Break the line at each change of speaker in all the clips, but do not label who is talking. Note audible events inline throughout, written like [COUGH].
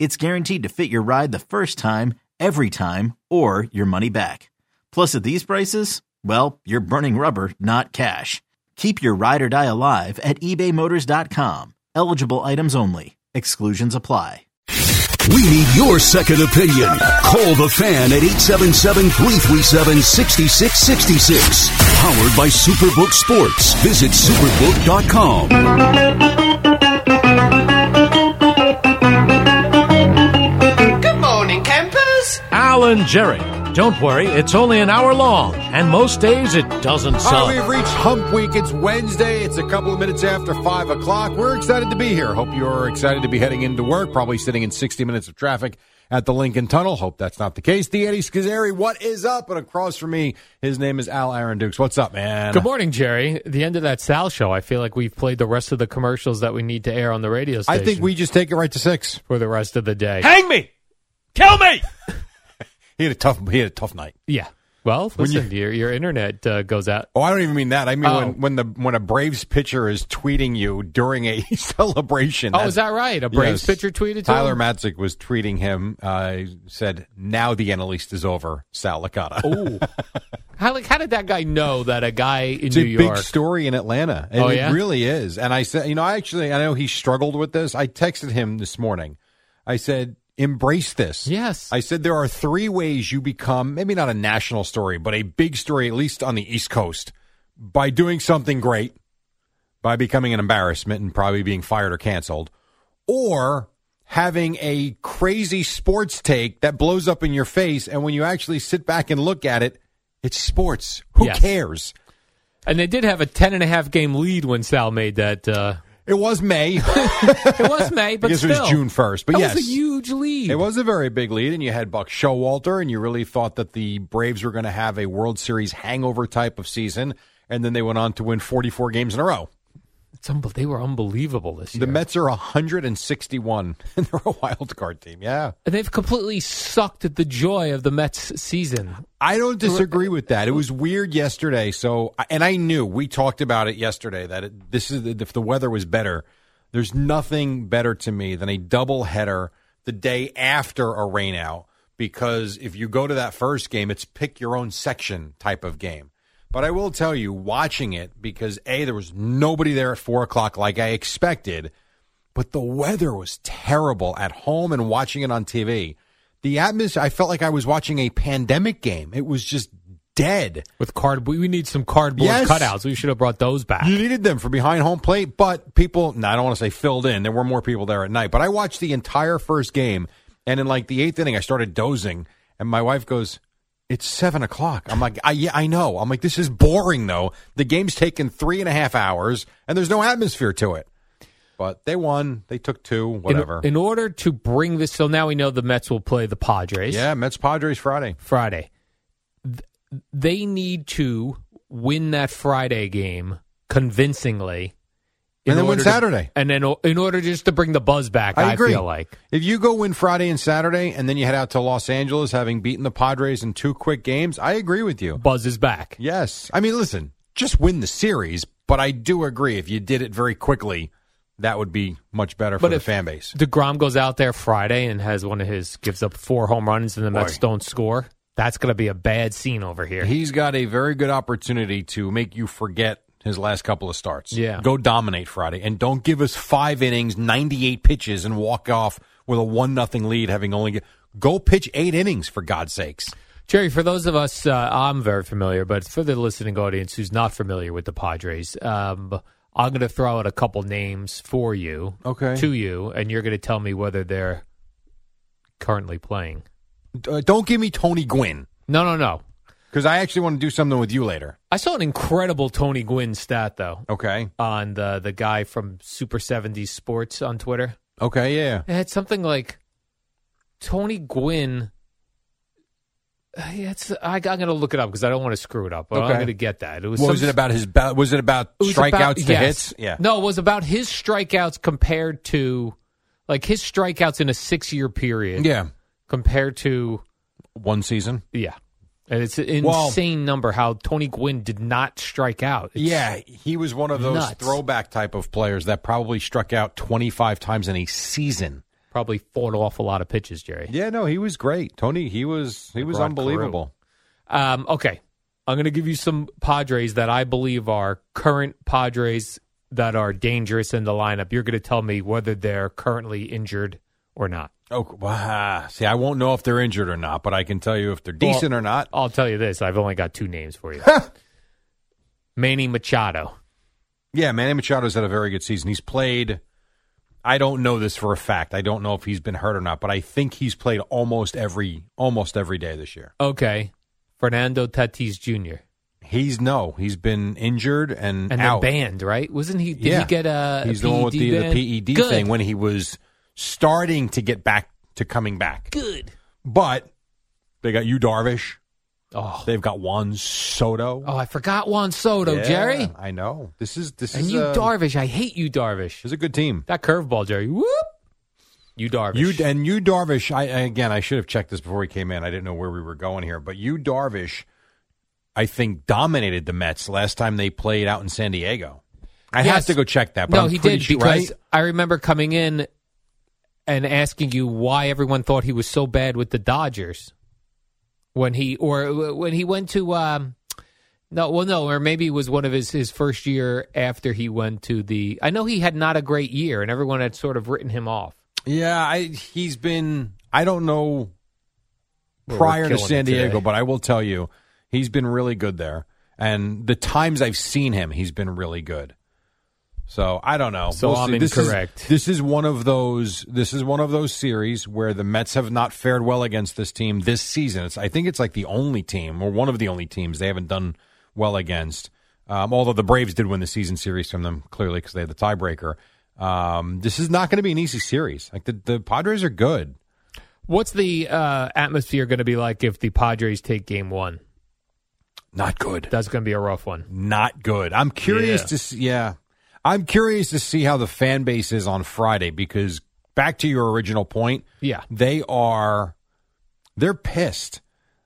it's guaranteed to fit your ride the first time, every time, or your money back. Plus, at these prices, well, you're burning rubber, not cash. Keep your ride or die alive at ebaymotors.com. Eligible items only. Exclusions apply.
We need your second opinion. Call the fan at 877-337-6666. Powered by Superbook Sports. Visit superbook.com.
Good morning, campers.
Alan Jerry. Don't worry, it's only an hour long, and most days it doesn't
All
suck.
right, we've reached Hump Week. It's Wednesday. It's a couple of minutes after 5 o'clock. We're excited to be here. Hope you're excited to be heading into work, probably sitting in 60 minutes of traffic at the Lincoln Tunnel. Hope that's not the case. The Eddie Scazzeri, what is up? And across from me, his name is Al Aaron Dukes. What's up, man?
Good morning, Jerry. The end of that Sal show, I feel like we've played the rest of the commercials that we need to air on the radio
I
station.
think we just take it right to 6.
for the rest of the day.
Hang me! Kill me!
He had a tough, he had a tough night.
Yeah. Well,
When you-
listen, your your internet uh, goes out.
Oh, I don't even mean that. I mean
Oh.
when, when the when a Braves pitcher is tweeting you during a [LAUGHS] celebration.
Oh, is that right? A
Yes.
Braves pitcher tweeted to
Tyler
him?
Matzik was tweeting him. Uh, said, "Now the analyst is over." Sal Licata.
Ooh. how like how did that guy know that a guy in
It's
New
a
York?
big story in Atlanta.
Oh,
It-
yeah?
It really is. And I said, you know, I actually, I know he struggled with this. I texted him this morning. I said, embrace this.
Yes.
I said, there are three ways you become, maybe not a national story, but a big story, at least on the East Coast, by doing something great, by becoming an embarrassment and probably being fired or canceled, or having a crazy sports take that blows up in your face. And when you actually sit back and look at it, it's sports. Who
Yes.
cares?
and they did have a ten and a half game lead when Sal made that. [LAUGHS] Uh,
It was [LAUGHS] May.
it was May, but
I guess it
still,
was June 1st, but
that
yes.
was a huge lead.
it was a very big lead, and you had Buck Showalter, and you really thought that the Braves were going to have a World Series hangover type of season, and then they went on to win 44 games in a row.
It's unbe- they were unbelievable this year.
The Mets are 161, [LAUGHS] and they're a wild card team. Yeah,
and they've completely sucked at the joy of the Mets season.
I don't disagree with that. It was weird yesterday, so and I knew we talked about it yesterday that it, this is if the weather was better. There's nothing better to me than a double header the day after a rainout because if you go to that first game, it's pick your own section type of game. But I will tell you, watching it because a there was nobody there at four o'clock like I expected, but the weather was terrible at home and watching it on TV. The atmosphere, I felt like I was watching a pandemic game. It was just dead.
with card. We we need some cardboard
Yes.
cutouts. We should have brought those back.
You needed them for behind home plate, but people, no, I don't want to say filled in. There were more people there at night, but I watched the entire first game. And in like the eighth inning, I started dozing, and my wife goes, It's seven o'clock. I'm like, I, Yeah, I know. I'm like, This is boring, though. The game's taken three and a half hours, and there's no atmosphere to it. But they won. They took two,
In-
whatever.
In, order to bring this, so now we know the Mets will play the Padres
yeah, Mets Padres Friday.
Friday. Th- They need to win that Friday game convincingly, in
And then win
order to-
Saturday.
and then o- in order just to bring the buzz back. I,
I agree.
feel like
If you go win Friday and Saturday, and then you head out to Los Angeles, having beaten the Padres in two quick games, I agree with you.
buzz is back.
Yes, I mean, listen, just win the series, but I do agree if you did it very quickly, that would be much better for
But
the
if-
fan base.
Degrom goes out there Friday and has one of his gives up four home runs, and the Mets don't score. That's going to be a bad scene over here.
He's got a very good opportunity to make you forget his last couple of starts.
Yeah.
go dominate Friday, and don't give us five innings, ninety-eight pitches, and walk off with a one nothing lead, having only. Get, Go pitch eight innings for God's sakes.
Jerry, for those of us, uh, I'm very familiar, but for the listening audience who's not familiar with the Padres, um, I'm going to throw out a couple names for you,
Okay.
to you, and you're going to tell me whether they're currently playing.
Uh, don't give me Tony Gwynn
No, no, no.
because I actually want to do something with you later.
I saw an incredible Tony Gwynn stat though
Okay.
on the the guy from Super 70s Sports on Twitter.
Okay. Yeah.
It had something like Tony Gwynn. uh, It's, I, I'm going to look it up because I don't want to screw it up, but I'm
Okay.
going to get that. It was
What was
some-
it about his? ba- Was it about
It was
strikeouts
about-
to
yes.
hits? Yeah.
No, it was about his strikeouts compared to like his strikeouts in a six year period.
Yeah.
Compared to
One season.
yeah. And it's an
Well-
insane number how Tony Gwynn did not strike out. It's-
Yeah, he was one of those
nuts.
throwback type of players that probably struck out 25 times in a season.
Probably fought off a lot of pitches, Jerry.
Yeah, no, he was great. Tony, he was he was
broad
unbelievable.
Um, okay. I'm going to give you some Padres that I believe are current Padres that are dangerous in the lineup. You're going to tell me whether they're currently injured or not.
Oh, wow. See, I won't know if they're injured or not, but I can tell you if they're decent or not.
I'll tell you this I've only got two
[LAUGHS]
names for you Manny Machado.
Yeah, Manny Machado's had a very good season. He's played I don't know this for a fact. I don't know if he's been hurt or not, but I think he's played almost every almost every day this year.
Okay. Fernando Tatis Jr.
He's no, he's been injured and
And
out.
then banned, right? Wasn't he? Did
yeah.
he get a? a
He's the one with
PED
the,
ban?
the PED
Good.
thing when he was starting to get back to coming back.
Good.
But they got you Darvish.
Oh,
They've got Juan Soto.
oh, I forgot Juan Soto,
Yeah,
Jerry,
I know. This is this
and
is
you
a,
Darvish. I hate you,
This
Darvish.
is a good team.
That curveball, Jerry. Whoop. You Darvish.
You and you Darvish. I I- again, I should have checked this before we came in. I didn't know where we were going here, but you Darvish, I think dominated the Mets last time they played out in San Diego. I have
Yes.
to go check that. But
no,
I'm
he
pretty
did
sure,
because
right?
I remember coming in and asking you why everyone thought he was so bad with the Dodgers when he or when he went to um, no, well, no, or maybe it was one of his his first year after he went to the. I know he had not a great year, and everyone had sort of written him off.
Yeah, I, he's been. I don't know
Well, we're
prior to
killing
San
it today.
Diego, but I will tell you, he's been really good there. And the times I've seen him, he's been really good. So I don't know.
So I'm
see. This is-
incorrect.
This is, one of those. This is one of those series where the Mets have not fared well against this team this season. It's, I think it's like the only team or one of the only teams they haven't done well against. Um, although the Braves did win the season series from them clearly because they had the tiebreaker. Um, this is not going to be an easy series. Like the, the Padres are good.
What's the uh, atmosphere going to be like if the Padres take Game One?
Not good.
That's going to be a rough one.
not good. I'm curious
Yeah.
to see, yeah, I'm curious to see how the fan base is on Friday because back to your original point,
Yeah,
they are they're pissed.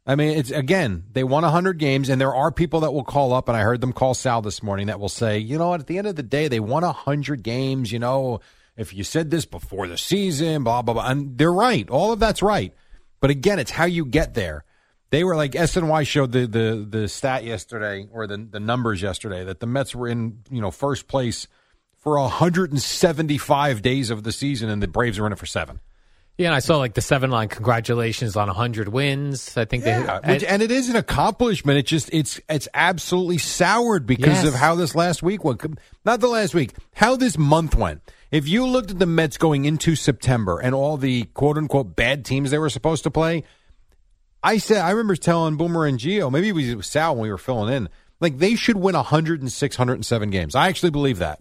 I mean, it's again, they won 100 games and there are people that will call up and I heard them call Sal this morning that will say, "You know what, at the end of the day, they won 100 games, you know, if you said this before the season, blah blah blah." And they're right. All of that's right. But again, it's how you get there. They were like SNY showed the the the stat yesterday or the the numbers yesterday that the Mets were in, you know, first place for 175 days of the season and the Braves were in it for 7.
yeah. And I saw like the seven line congratulations on hundred wins. I think
Yeah,
they
Uh, which, and it is an accomplishment. It just it's it's absolutely soured because
Yes.
of how this last week went. Not the last week, how this month went. If you looked at the Mets going into September and all the quote unquote bad teams they were supposed to play, I said I remember telling Boomer and Geo, maybe it was Sal when we were filling in, like they should win 106, 107 games. I actually believe that,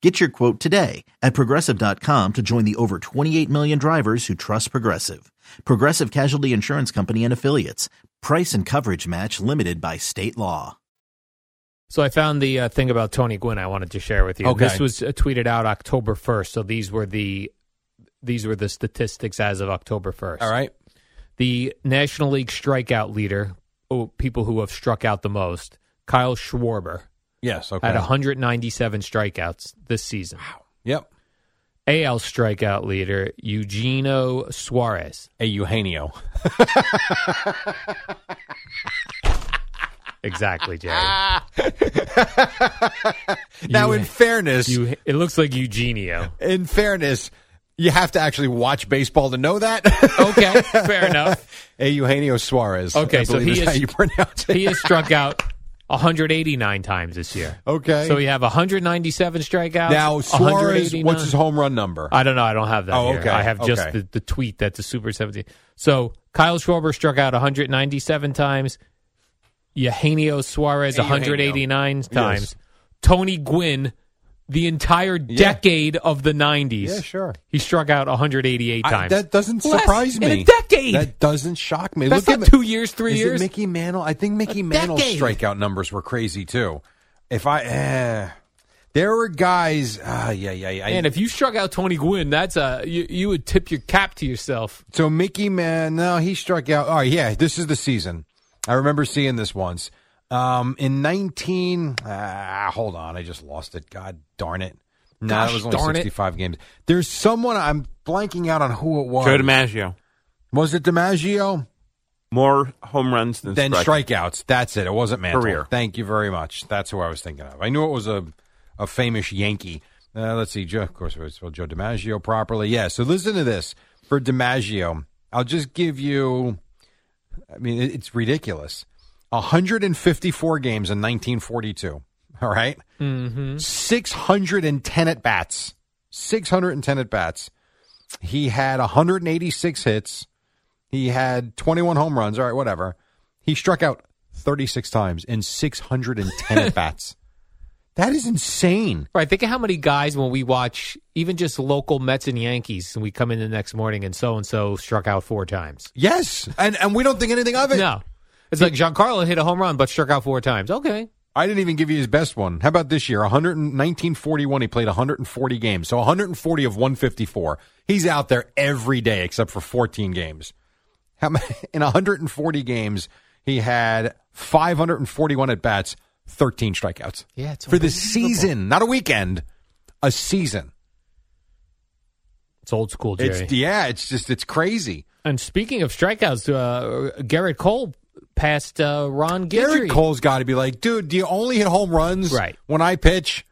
Get your quote today at progressive.com to join the over 28 million drivers who trust Progressive. Progressive Casualty Insurance Company and Affiliates. Price and coverage match limited by state law.
So I found the uh, thing about Tony Gwynn I wanted to share with you.
Okay.
This was uh, tweeted out October 1st, so these were the these were the statistics as of October 1st.
All right.
The National League strikeout leader oh, people who have struck out the most. Kyle Schwarber
Yes. Okay.
had 197 strikeouts this season.
Yep.
AL strikeout leader Eugenio Suarez.
A Eugenio.
Exactly, Jerry.
Now, [LAUGHS] in fairness,
you, it looks like Eugenio.
in fairness, you have to actually watch baseball to know
[LAUGHS]
that.
Okay, fair enough.
A Eugenio Suarez.
Okay,
I
so
believe
he
is,
is-
how you pronounce it.
He has struck out 189 times this year.
okay.
So you have 197 strikeouts.
now Suarez,
189.
what's his home run number?
I don't know. I don't have that.
Oh,
here.
okay,
I have just
okay.
the, the tweet that's a Super 17. So Kyle Schwarber struck out 197 times. Eugenio Suarez
Eugenio.
189 times.
Yes.
Tony Gwynn, the entire decade of the 90s.
yeah, sure.
He struck out 188
I-
times.
that doesn't
Less
surprise
in
me.
a decade.
That doesn't shock me.
That's
Look at
not
Mi-
two years, three
Is it
years.
Mickey Mantle. I think Mickey Mantle's
decade.
strikeout numbers were crazy too. If I, eh, there were guys. Ah, yeah, yeah, yeah.
and if you struck out Tony Gwynn, that's a you, you would tip your cap to yourself.
So Mickey Man, no, he struck out. Oh yeah, this is the season. I remember seeing this once. Um, in nineteen, ah, hold on, I just lost it. God darn it! No,
Gosh
it was only
darn it.
sixty-five games. There's someone I'm blanking out on who it was.
Joe DiMaggio.
was it DiMaggio?
More home runs than,
Then
strikeouts.
strikeouts. That's it. It wasn't Mantle.
Career.
Thank you very much. That's who I was thinking of. I knew it was a a famous Yankee. Uh, let's see. Joe, of course, it was spelled Joe DiMaggio properly. Yeah. So listen to this for DiMaggio. I'll just give you. I mean, it- it's ridiculous. 154 games in 1942. All right? 610 at bats. 610 at bats. He had 186 hits. He had 21 home runs. All right, whatever. He struck out 36 times in 610 at bats. That is insane.
Right. Think of how many guys when we watch even just local Mets and Yankees, and we come in the next morning and so and so struck out four times.
Yes, and and we don't think anything of it.
No, it's like Giancarlo hit a home run but struck out four times. Okay,
I didn't even give you his best one. How about this year? 100 and- 1941, he played 140 games. So 140 of 154. He's out there every day except for 14 games. How many, [LAUGHS] in 140 games, he had 541 at bats, 13 strikeouts.
Yeah, it's
for the
unbelievable.
season, not a weekend, a season.
it's old school, Jerry.
It's yeah, it's just it's crazy.
and speaking of strikeouts, uh, Garrett Cole passed uh, Ron Guidry.
Garrett Cole's got to be like, dude, do you only hit home runs
Right.
when I pitch?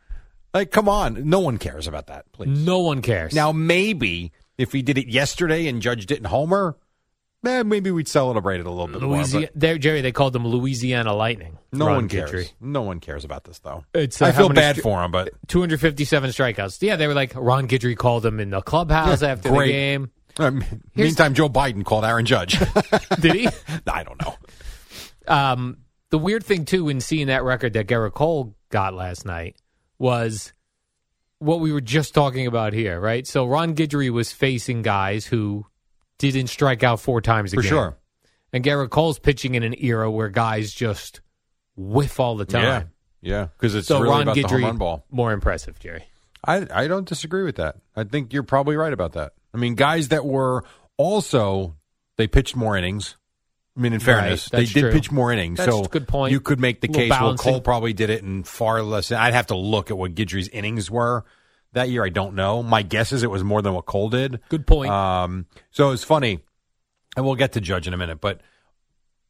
Like, come on, no one cares about that, please.
No one cares
Now, maybe if he did it yesterday and Judge didn't homer, eh, maybe we'd celebrate it a little bit
Louisiana,
more.
there, Jerry. They called them Louisiana Lightning.
But no
Ron
one cares.
Guidry.
No one cares about this though.
It's, uh,
I
how
feel
many
bad
stri-
for him, but
257 strikeouts. Yeah, they were like Ron Guidry called him in the clubhouse
Yeah,
after
great.
the game.
um, meantime, Joe Biden called Aaron Judge. [LAUGHS]
Did [LAUGHS] he?
I don't know.
Um, the weird thing too in seeing that record that Garrett Cole got last night was what we were just talking about here, right? So Ron Guidry was facing guys who didn't strike out four times a
For
game.
sure.
And Garrett Cole's pitching in an era where guys just whiff all the time.
Yeah, yeah, because it's
So
really
Ron
about the home run
Guidry
ball.
more impressive, Jerry.
I I don't disagree with that. I think you're probably right about that. I mean, guys that were also they pitched more innings. I mean, in fairness, they
that's
did
true.
pitch more innings.
That's
so
a good point.
You could make the
A little
case. Well,
balancing.
Cole probably did it in far less. I'd have to look at what Guidry's innings were that year. I don't know. My guess is it was more than what Cole did.
Good point.
Um, so it's funny, and we'll get to Judge in a minute, but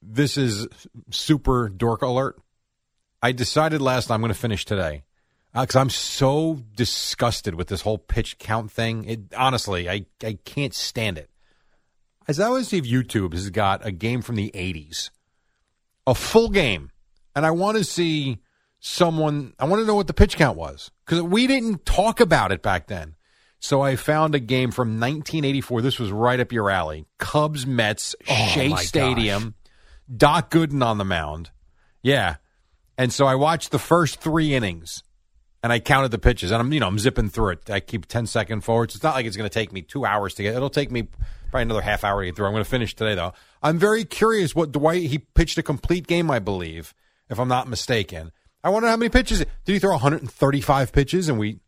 this is super dork alert. I decided last night I'm going to finish today because I'm so disgusted with this whole pitch count thing. It, honestly, I, I can't stand it. As I always see if YouTube has got a game from the 80s, a full game, and I want to see someone, I want to know what the pitch count was because we didn't talk about it back then. So I found a game from 1984. This was right up your alley. Cubs Mets Shea
Oh my gosh.
Stadium. Doc Gooden on the mound. Yeah. And so I watched the first 3 innings and I counted the pitches and I'm you know, I'm zipping through it. I keep 10 second forwards. It's not like it's going to take me 2 hours to get. It'll take me probably another half hour to get through. I'm going to finish today though. I'm very curious what Dwight he pitched a complete game I believe if I'm not mistaken. I wonder how many pitches did he throw 135 pitches and we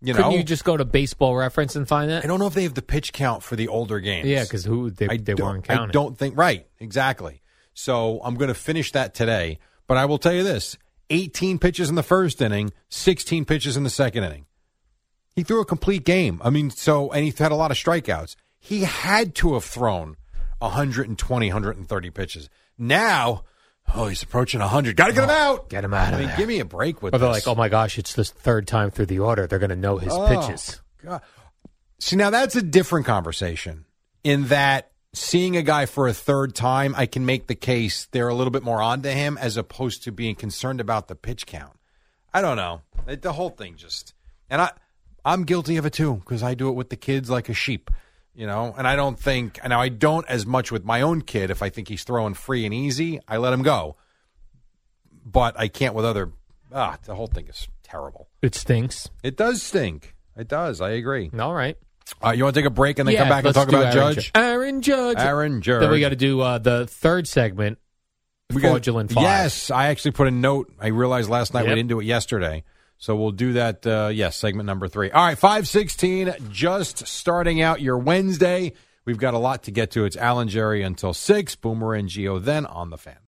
you know
Couldn't you just go to baseball reference and find that?
I don't know if they have the pitch count for the older games.
Yeah, because who they,
I
they
don't-
weren't counting.
I don't think right exactly. So I'm going to finish that today. But I will tell you this 18 pitches in the first inning, 16 pitches in the second inning. He threw a complete game. I mean, so, and he had a lot of strikeouts. He had to have thrown 120, 130 pitches. Now, oh, he's approaching 100. Got to get him out.
Oh, Get him out
I
of
mean,
there.
give me a break with
But they're
this.
like, oh my gosh, it's the third time through the order. They're going to know his
Oh.
pitches.
God. See, now that's a different conversation in that seeing a guy for a third time, I can make the case they're a little bit more onto him as opposed to being concerned about the pitch count. I don't know. It- the whole thing just, and I, I'm guilty of it too because I do it with the kids like a sheep, you know. And I don't think, and I don't as much with my own kid. If I think he's throwing free and easy, I let him go. But I can't with other. Ah, the whole thing is terrible.
It stinks.
It does stink. It does. I agree.
All right.
All right, you want to take a break and then
Yeah,
come back and
let's
talk
do
about
Aaron
Judge?
Aaron Judge.
Aaron Judge.
Then we got to do uh, the third segment.
We got-
fraudulent five.
Yes, I actually put a note. I realized last night we
Yep.
didn't do it yesterday. So we'll do that, uh, yes, segment number three. All right, 516, just starting out your Wednesday. We've got a lot to get to. It's Alan Jerry until 6, Boomer and Geo then on the fan.